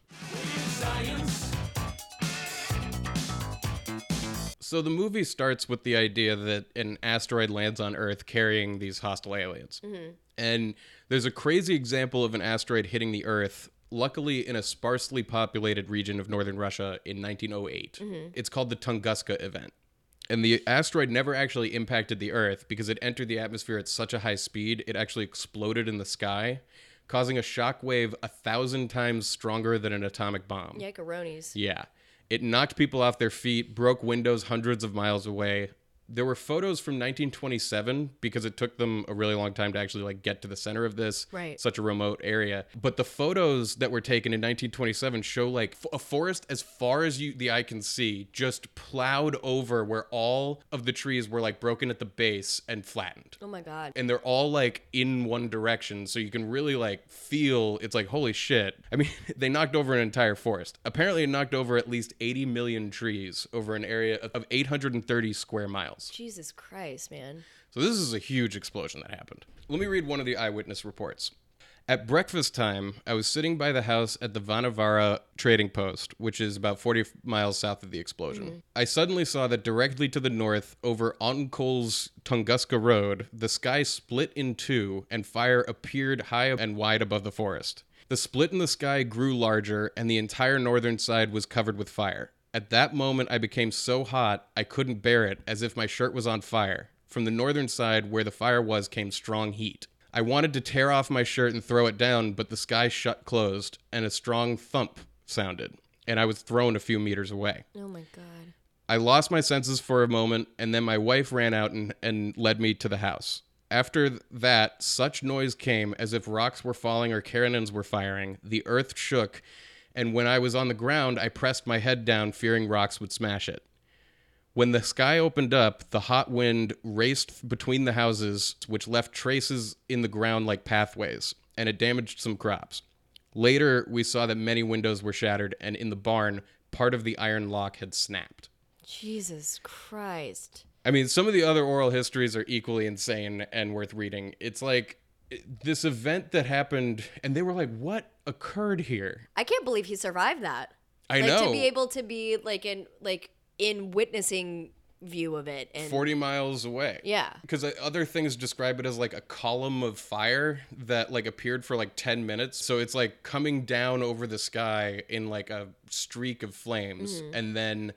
Speaker 3: So the movie starts with the idea that an asteroid lands on Earth carrying these hostile aliens. And there's a crazy example of an asteroid hitting the Earth, luckily in a sparsely populated region of northern Russia in 1908. It's called the Tunguska event. And the asteroid never actually impacted the Earth because it entered the atmosphere at such a high speed, it actually exploded in the sky, causing a shock wave a thousand times stronger than an atomic bomb.
Speaker 2: Yankaronies.
Speaker 3: Yeah. It knocked people off their feet, broke windows hundreds of miles away. There were photos from 1927 because it took them a really long time to actually like get to the center of this
Speaker 2: Right.
Speaker 3: such a remote area. But the photos that were taken in 1927 show like f- a forest as far as you the eye can see just plowed over where all of the trees were like broken at the base and flattened
Speaker 2: oh my god
Speaker 3: and they're all like in one direction so you can really like feel it's like holy shit i mean they knocked over an entire forest apparently it knocked over at least 80 million trees over an area of 830 square miles else.
Speaker 2: Jesus Christ, man.
Speaker 3: So this is a huge explosion that happened. Let me read one of the eyewitness reports. At breakfast time, I was sitting by the house at the Vanavara trading post, which is about 40 miles south of the explosion. I suddenly saw that directly to the north, over Onkel's Tunguska Road, the sky split in two and fire appeared high and wide above the forest. The split in the sky grew larger, and the entire northern side was covered with fire. At that moment, I became so hot I couldn't bear it, as if my shirt was on fire. From the northern side, where the fire was, came strong heat. I wanted to tear off my shirt and throw it down, but the sky shut closed, and a strong thump sounded, and I was thrown a few meters away.
Speaker 2: Oh my God.
Speaker 3: I lost my senses for a moment, and then my wife ran out and, and led me to the house. After th- that, such noise came as if rocks were falling or cannons were firing. The earth shook, and when I was on the ground, I pressed my head down, fearing rocks would smash it. When the sky opened up, the hot wind raced between the houses, which left traces in the ground like pathways, and it damaged some crops. Later, we saw that many windows were shattered, and in the barn, part of the iron lock had snapped.
Speaker 2: Jesus Christ.
Speaker 3: I mean, some of the other oral histories are equally insane and worth reading. It's like it- this event that happened, and they were like, "What occurred here?"
Speaker 2: I can't believe he survived that.
Speaker 3: I
Speaker 2: like,
Speaker 3: know.
Speaker 2: to be able to be like in like in witnessing view of it and
Speaker 3: Forty miles away.
Speaker 2: Yeah.
Speaker 3: Because other things describe it as like a column of fire that like appeared for like ten minutes. So it's like coming down over the sky in like a streak of flames,
Speaker 2: Mm-hmm.
Speaker 3: and then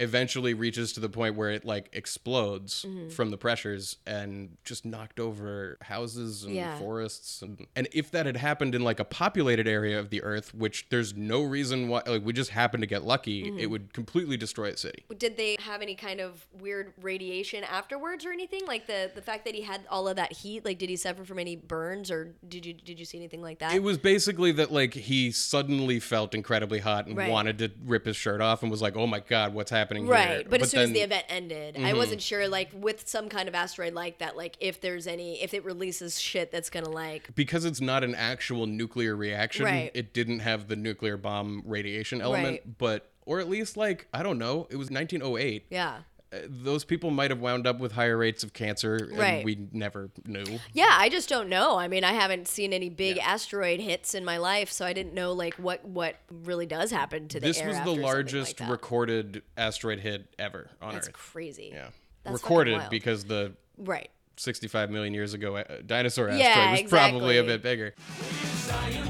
Speaker 3: eventually reaches to the point where it like explodes
Speaker 2: Mm-hmm.
Speaker 3: from the pressures and just knocked over houses and
Speaker 2: Yeah.
Speaker 3: forests and and if that had happened in like a populated area of the earth which there's no reason why like we just happen to get lucky
Speaker 2: Mm-hmm.
Speaker 3: it would completely destroy a city
Speaker 2: did they have any kind of weird radiation afterwards or anything? Like the the fact that he had all of that heat, like did he suffer from any burns or did you did you see anything like that?
Speaker 3: It was basically that like he suddenly felt incredibly hot and
Speaker 2: Right.
Speaker 3: wanted to rip his shirt off and was like, "Oh my god, what's happening here?"
Speaker 2: Right, but, as soon as
Speaker 3: then- Mm-hmm.
Speaker 2: the event ended, I wasn't sure, like with some kind of asteroid like that, like if there's any, if it releases shit that's gonna like
Speaker 3: because it's not an actual nuclear reaction,
Speaker 2: Right.
Speaker 3: it didn't have the nuclear bomb radiation element,
Speaker 2: Right.
Speaker 3: but or at least like I don't know, it was 1908.
Speaker 2: Yeah.
Speaker 3: Uh, Those people might have wound up with higher rates of cancer, and
Speaker 2: Right.
Speaker 3: we never knew.
Speaker 2: Yeah, I just don't know. I mean, I haven't seen any big asteroid hits in my life, so I didn't know like what what really does happen to the
Speaker 3: This
Speaker 2: air
Speaker 3: was
Speaker 2: after
Speaker 3: the
Speaker 2: something like
Speaker 3: largest
Speaker 2: that.
Speaker 3: recorded asteroid hit ever on
Speaker 2: That's
Speaker 3: Earth.
Speaker 2: crazy.
Speaker 3: yeah,
Speaker 2: That's fucking
Speaker 3: recorded
Speaker 2: wild.
Speaker 3: because the
Speaker 2: Right.
Speaker 3: 65 million years ago uh, dinosaur
Speaker 2: Yeah,
Speaker 3: asteroid was probably a
Speaker 2: exactly.
Speaker 3: bit bigger.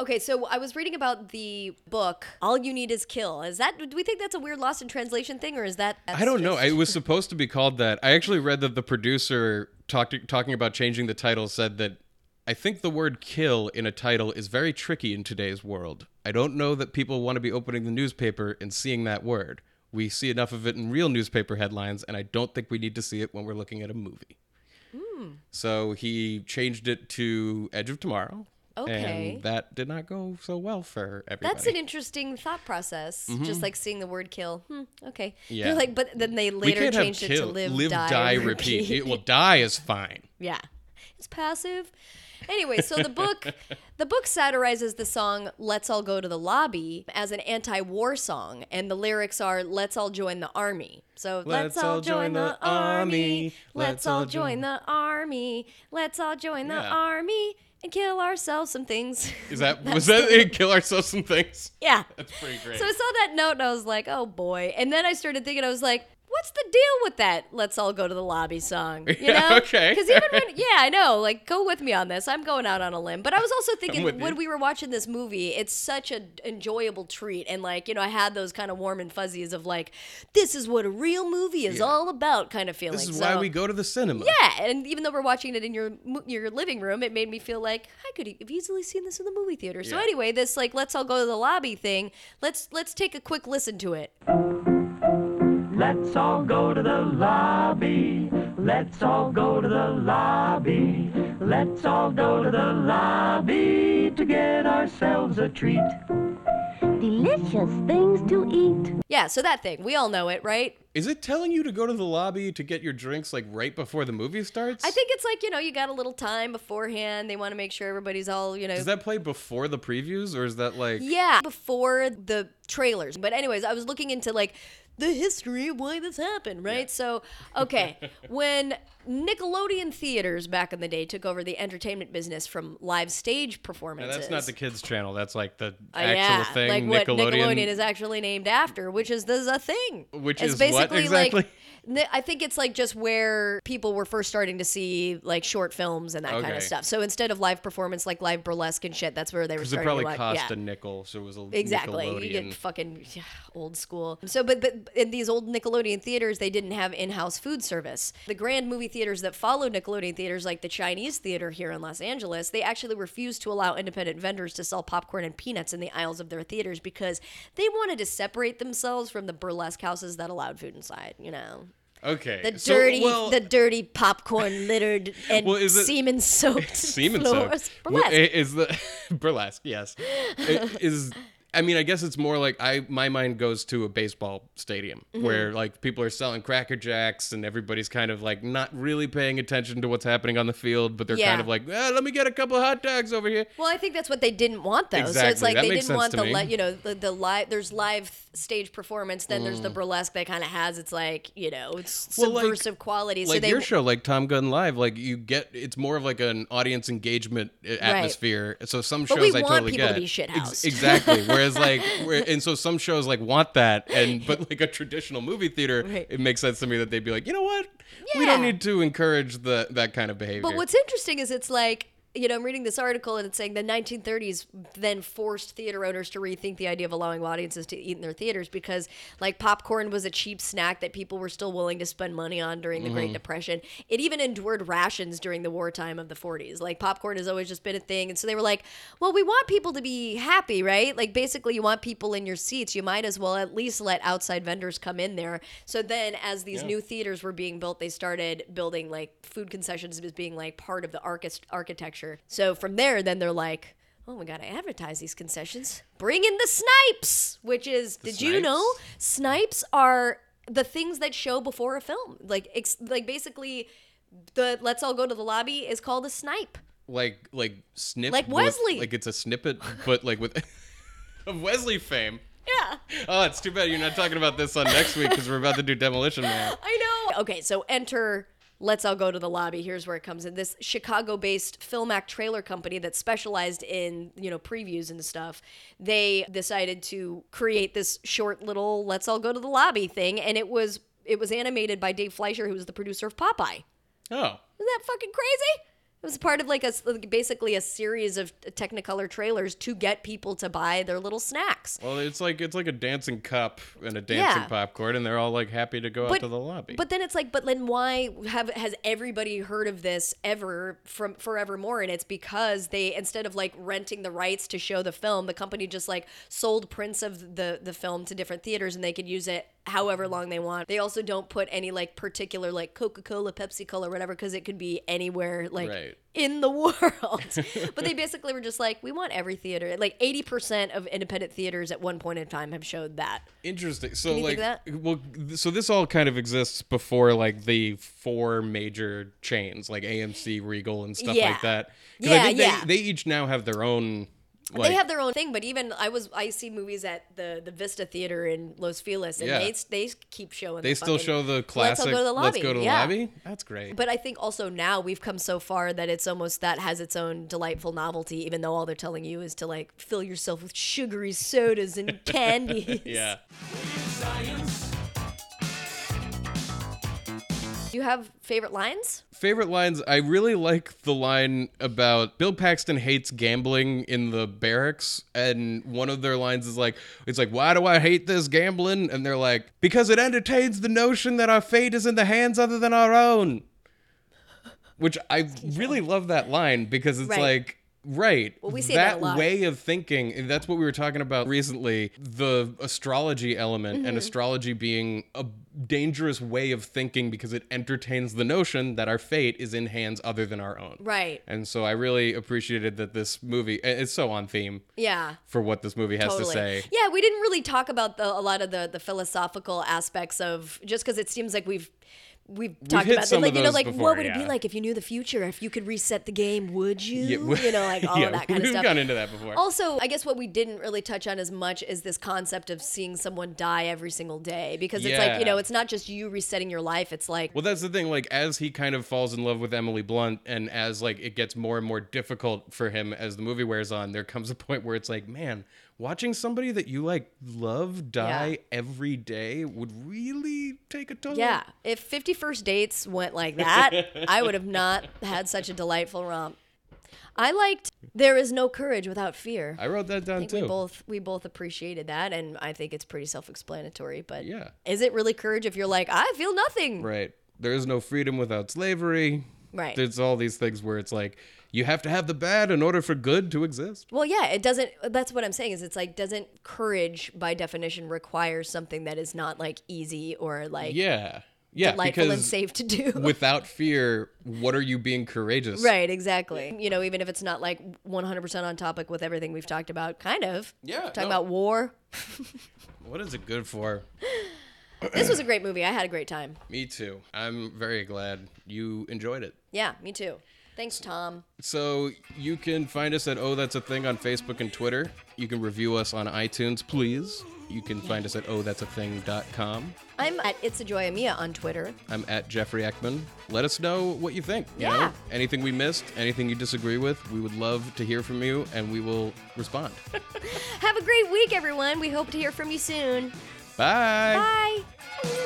Speaker 2: Okay, so I was reading about the book "All You Need Is Kill." Is that do we think that's a weird lost in translation thing, or is that?
Speaker 3: I don't know. It was supposed to be called that. I actually read that the producer talked, talking about changing the title said that I think the word kill in a title is very tricky in today's world. I don't know that people want to be opening the newspaper and seeing that word. We see enough of it in real newspaper headlines, and I don't think we need to see it when we're looking at a movie.
Speaker 2: Hmm.
Speaker 3: So he changed it to Edge of Tomorrow.
Speaker 2: Okay.
Speaker 3: And that did not go so well for everybody.
Speaker 2: That's an interesting thought process. Just like seeing the word "kill." Hmm, okay.
Speaker 3: Mm-hmm. Yeah.
Speaker 2: They're like, but then they
Speaker 3: We
Speaker 2: later
Speaker 3: can't have
Speaker 2: changed it to
Speaker 3: kill-
Speaker 2: "live, die, repeat."
Speaker 3: It- well, die is fine.
Speaker 2: Yeah. It's passive. Anyway, so the book the book satirizes the song Let's All Go to the Lobby as an anti-war song and the lyrics are let's all join the army. So let's, all join the, army. Let's all join the army. Let's all join the
Speaker 3: Yeah.
Speaker 2: army and kill ourselves some things.
Speaker 3: Is that was that it? Kill ourselves some things.
Speaker 2: yeah.
Speaker 3: Pretty great.
Speaker 2: So I saw that note and I was like, "Oh boy." And then I started thinking I was like, What's the deal with that? Let's all go to the lobby song. You
Speaker 3: Yeah,
Speaker 2: know?
Speaker 3: okay.
Speaker 2: Because even when, yeah, I know. Like, go with me on this. I'm going out on a limb. But I was also thinking
Speaker 3: with you.
Speaker 2: when we were watching this movie, it's such an enjoyable treat. And like, you know, I had those kind of warm and fuzzies of like, this is what a real movie is all about, kind of feeling.
Speaker 3: this is why
Speaker 2: So-
Speaker 3: we go to the cinema.
Speaker 2: yeah, and even though we're watching it in your mo- your living room, it made me feel like I could e, have easily seen this in the movie theater. So
Speaker 3: Yeah.
Speaker 2: anyway, this like let's all go to the lobby thing. Let's let's take a quick listen to it.
Speaker 7: Let's all go to the lobby. Let's all go to the lobby. Let's all go to the lobby to get ourselves a treat.
Speaker 8: delicious things to eat.
Speaker 2: Yeah, so that thing we all know it, right?
Speaker 3: Is it telling you to go to the lobby to get your drinks like right before the movie starts?
Speaker 2: I think it's like you know you got a little time beforehand. They want to make sure everybody's all you know.
Speaker 3: Does that play before the previews or is that like
Speaker 2: yeah, before the trailers. But anyways, I was looking into like the history of why this happened, right? So, okay, when Nickelodeon theaters back in the day took over the entertainment business from live stage performances.
Speaker 3: that's not the kids' channel. That's like the
Speaker 2: Uh,
Speaker 3: actual
Speaker 2: yeah,
Speaker 3: thing.
Speaker 2: like what Nickelodeon is actually named after, which is this is a thing.
Speaker 3: Which
Speaker 2: It's
Speaker 3: is what exactly?
Speaker 2: like n- I think it's like just where people were first starting to see like short films and that kind
Speaker 3: Okay.
Speaker 2: of stuff. So instead of live performance, like live burlesque and shit, that's where they were
Speaker 3: Because it
Speaker 2: starting
Speaker 3: probably
Speaker 2: to like,
Speaker 3: cost
Speaker 2: yeah.
Speaker 3: a nickel, so it was a
Speaker 2: Exactly. You
Speaker 3: Nickelodeon.
Speaker 2: get fucking yeah, old school. So, but, but in these old Nickelodeon theaters, they didn't have in house food service. The grand movie theaters that followed Nickelodeon theaters, like the Chinese theater here in Los Angeles, they actually refused to allow independent vendors to sell popcorn and peanuts in the aisles of their theaters because they wanted to separate themselves from the burlesque houses that allowed food inside, you know?
Speaker 3: okay.
Speaker 2: The
Speaker 3: so,
Speaker 2: dirty,
Speaker 3: well,
Speaker 2: the dirty popcorn littered and
Speaker 3: Well, is it-
Speaker 2: semen soaked
Speaker 3: semen
Speaker 2: floors.
Speaker 3: soaked. Well,
Speaker 2: Burlesque.
Speaker 3: i- Is the burlesque? Yes. I- Is I mean, I guess it's more like I my mind goes to a baseball stadium
Speaker 2: Mm-hmm.
Speaker 3: where like people are selling cracker jacks and everybody's kind of like not really paying attention to what's happening on the field, but they're
Speaker 2: Yeah.
Speaker 3: kind of like, "Ah, let me get a couple of hot dogs over here.
Speaker 2: Well, I think that's what they didn't want, though. So it's
Speaker 3: Exactly.
Speaker 2: like
Speaker 3: That
Speaker 2: they didn't
Speaker 3: makes sense
Speaker 2: want
Speaker 3: to
Speaker 2: the
Speaker 3: me.
Speaker 2: li- you know the, the live. There's live stage performance. Then there's the burlesque that kind of has its like you know it's
Speaker 3: Mm. Well, like-
Speaker 2: subversive quality. so
Speaker 3: like
Speaker 2: they
Speaker 3: your show, like Tom Gunn Live, like you get it's more of like an audience engagement uh, atmosphere. So some shows
Speaker 2: But we
Speaker 3: I
Speaker 2: want
Speaker 3: totally
Speaker 2: people to
Speaker 3: get
Speaker 2: be shithoused.
Speaker 3: exactly. Whereas like, where, and so some shows like want that, and but like a traditional movie theater,
Speaker 2: Right.
Speaker 3: it makes sense to me that they'd be like, you know what, we don't
Speaker 2: Yeah.
Speaker 3: need to encourage the that kind of behavior.
Speaker 2: But what's interesting is it's like, you know, I'm reading this article and it's saying the 1930s then forced theater owners to rethink the idea of allowing audiences to eat in their theaters because, like, popcorn was a cheap snack that people were still willing to spend money on during the
Speaker 3: Mm-hmm.
Speaker 2: Great Depression. It even endured rations during the wartime of the 40s. Like, popcorn has always just been a thing. And so they were like, well, we want people to be happy, right? Like, basically, you want people in your seats. You might as well at least let outside vendors come in there. So then, as these new theaters were being built, they started building like food concessions as being like part of the archist- architecture. So from there, then they're like, oh, we got to advertise these concessions. Bring in the snipes, which is, did you know? Snipes are the things that show before a film. Like, ex- like basically, the let's all go to the lobby is called a snipe.
Speaker 3: like like snip
Speaker 2: Like
Speaker 3: with-
Speaker 2: Wesley.
Speaker 3: like it's a snippet, but like with of Wesley fame.
Speaker 2: Yeah.
Speaker 3: Oh, it's too bad you're not talking about this on next week because we're about to do Demolition Man.
Speaker 2: I know. Okay, so enter. Let's all go to the lobby. Here's where it comes in. This Chicago-based Filmac trailer company that specialized in you know previews and stuff. They decided to create this short little "Let's all go to the lobby" thing, and it was it was animated by Dave Fleischer, who was the producer of Popeye.
Speaker 3: Oh.
Speaker 2: Isn't that fucking crazy? It was part of like a like basically a series of Technicolor trailers to get people to buy their little snacks.
Speaker 3: Well, it's like it's like a dancing cup and a dancing
Speaker 2: Yeah.
Speaker 3: popcorn, and they're all like happy to go out
Speaker 2: But-
Speaker 3: to the lobby.
Speaker 2: But then it's like, but then why have has everybody heard of this ever from forevermore? And it's because they instead of like renting the rights to show the film, the company just like sold prints of the the film to different theaters, and they could use it however long they want. They also don't put any like particular like Coca Cola, Pepsi Cola, whatever, because it could be anywhere like
Speaker 3: Right.
Speaker 2: in the world. but they basically were just like, we want every theater. Like eighty percent of independent theaters at one point in time have showed that.
Speaker 3: Interesting. So
Speaker 2: you
Speaker 3: like,
Speaker 2: think
Speaker 3: well, th- so this all kind of exists before like the four major chains, like AMC, Regal, and stuff
Speaker 2: Yeah.
Speaker 3: like that. 'Cause
Speaker 2: Yeah,
Speaker 3: I think they,
Speaker 2: yeah.
Speaker 3: they each now have their own. Like,
Speaker 2: they have their own thing, but even I was I see movies at the the Vista Theater in Los Feliz, and
Speaker 3: Yeah.
Speaker 2: they they keep showing.
Speaker 3: they
Speaker 2: the
Speaker 3: still
Speaker 2: fucking,
Speaker 3: show the
Speaker 2: "Let's all
Speaker 3: classic.
Speaker 2: go to the lobby." Yeah.
Speaker 3: lobby? That's great.
Speaker 2: But I think also now we've come so far that it's almost that has its own delightful novelty, even though all they're telling you is to like fill yourself with sugary sodas and candies.
Speaker 3: yeah.
Speaker 2: Do you have favorite lines?
Speaker 3: Favorite lines. I really like the line about Bill Paxton hates gambling in the barracks, and one of their lines is like, "It's like, why do I hate this gambling?" And they're like, "Because it entertains the notion that our fate is in the hands other than our own." Which I really love that line because it's
Speaker 2: Right.
Speaker 3: like. Right.
Speaker 2: we say that a
Speaker 3: that
Speaker 2: lot.
Speaker 3: way of thinking, and that's what we were talking about recently the astrology element
Speaker 2: Mm-hmm.
Speaker 3: and astrology being a dangerous way of thinking because it entertains the notion that our fate is in hands other than our own.
Speaker 2: Right.
Speaker 3: And so I really appreciated that this movie, and it's so on theme
Speaker 2: Yeah.
Speaker 3: for what this movie has to say.
Speaker 2: Yeah, we didn't really talk about the, a lot of the, the philosophical aspects of just because it seems like we've we've talked
Speaker 3: hit
Speaker 2: about this.
Speaker 3: some of
Speaker 2: like you know
Speaker 3: those
Speaker 2: like
Speaker 3: before,
Speaker 2: what would it be
Speaker 3: yeah.
Speaker 2: like if you knew the future if you could reset the game would you
Speaker 3: Yeah, we-
Speaker 2: you know like all
Speaker 3: yeah,
Speaker 2: of that kind of
Speaker 3: we've
Speaker 2: stuff
Speaker 3: gone into that before.
Speaker 2: also i guess what we didn't really touch on as much is this concept of seeing someone die every single day because it's like
Speaker 3: Yeah.
Speaker 2: you know it's not just you resetting your life it's like
Speaker 3: Well, that's the thing. Like, as he kind of falls in love with Emily Blunt, and as like it gets more and more difficult for him as the movie wears on, there comes a point where it's like, man, watching somebody that you like love die
Speaker 2: Yeah.
Speaker 3: every day would really take a toll.
Speaker 2: yeah if 51st dates went like that i would have not had such a delightful romp i liked there is no courage without fear
Speaker 3: I wrote that down
Speaker 2: think we
Speaker 3: too.
Speaker 2: both we both appreciated that, and I think it's pretty self-explanatory. But
Speaker 3: Yeah.
Speaker 2: is it really courage if you're like, I feel nothing?
Speaker 3: Right. There is no freedom without slavery.
Speaker 2: Right.
Speaker 3: There's all these things where it's like you have to have the bad in order for good to exist.
Speaker 2: Well, yeah, it doesn't. That's what I'm saying is it's like doesn't courage by definition require something that is not like easy or like
Speaker 3: Yeah. Yeah.
Speaker 2: delightful and
Speaker 3: because
Speaker 2: safe to do.
Speaker 3: without fear, what are you being courageous?
Speaker 2: Right, exactly. You know, even if it's not like 100% on topic with everything we've talked about, kind of.
Speaker 3: Yeah,
Speaker 2: Talking
Speaker 3: no.
Speaker 2: about war.
Speaker 3: What is it good for?
Speaker 2: This was a great movie. I had a great time.
Speaker 3: Me too. I'm very glad you enjoyed it.
Speaker 2: Yeah, me too. Thanks, Tom.
Speaker 3: So you can find us at Oh That's a Thing on Facebook and Twitter. You can review us on iTunes, please. You can find us at Oh That's a Thing.com.
Speaker 2: I'm at It's a Joy Mia on Twitter.
Speaker 3: I'm at Jeffrey Eckman. Let us know what you think. You
Speaker 2: Yeah.
Speaker 3: Know? Anything we missed, anything you disagree with, we would love to hear from you and we will respond.
Speaker 2: Have a great week, everyone. We hope to hear from you soon.
Speaker 3: Bye.
Speaker 2: Bye.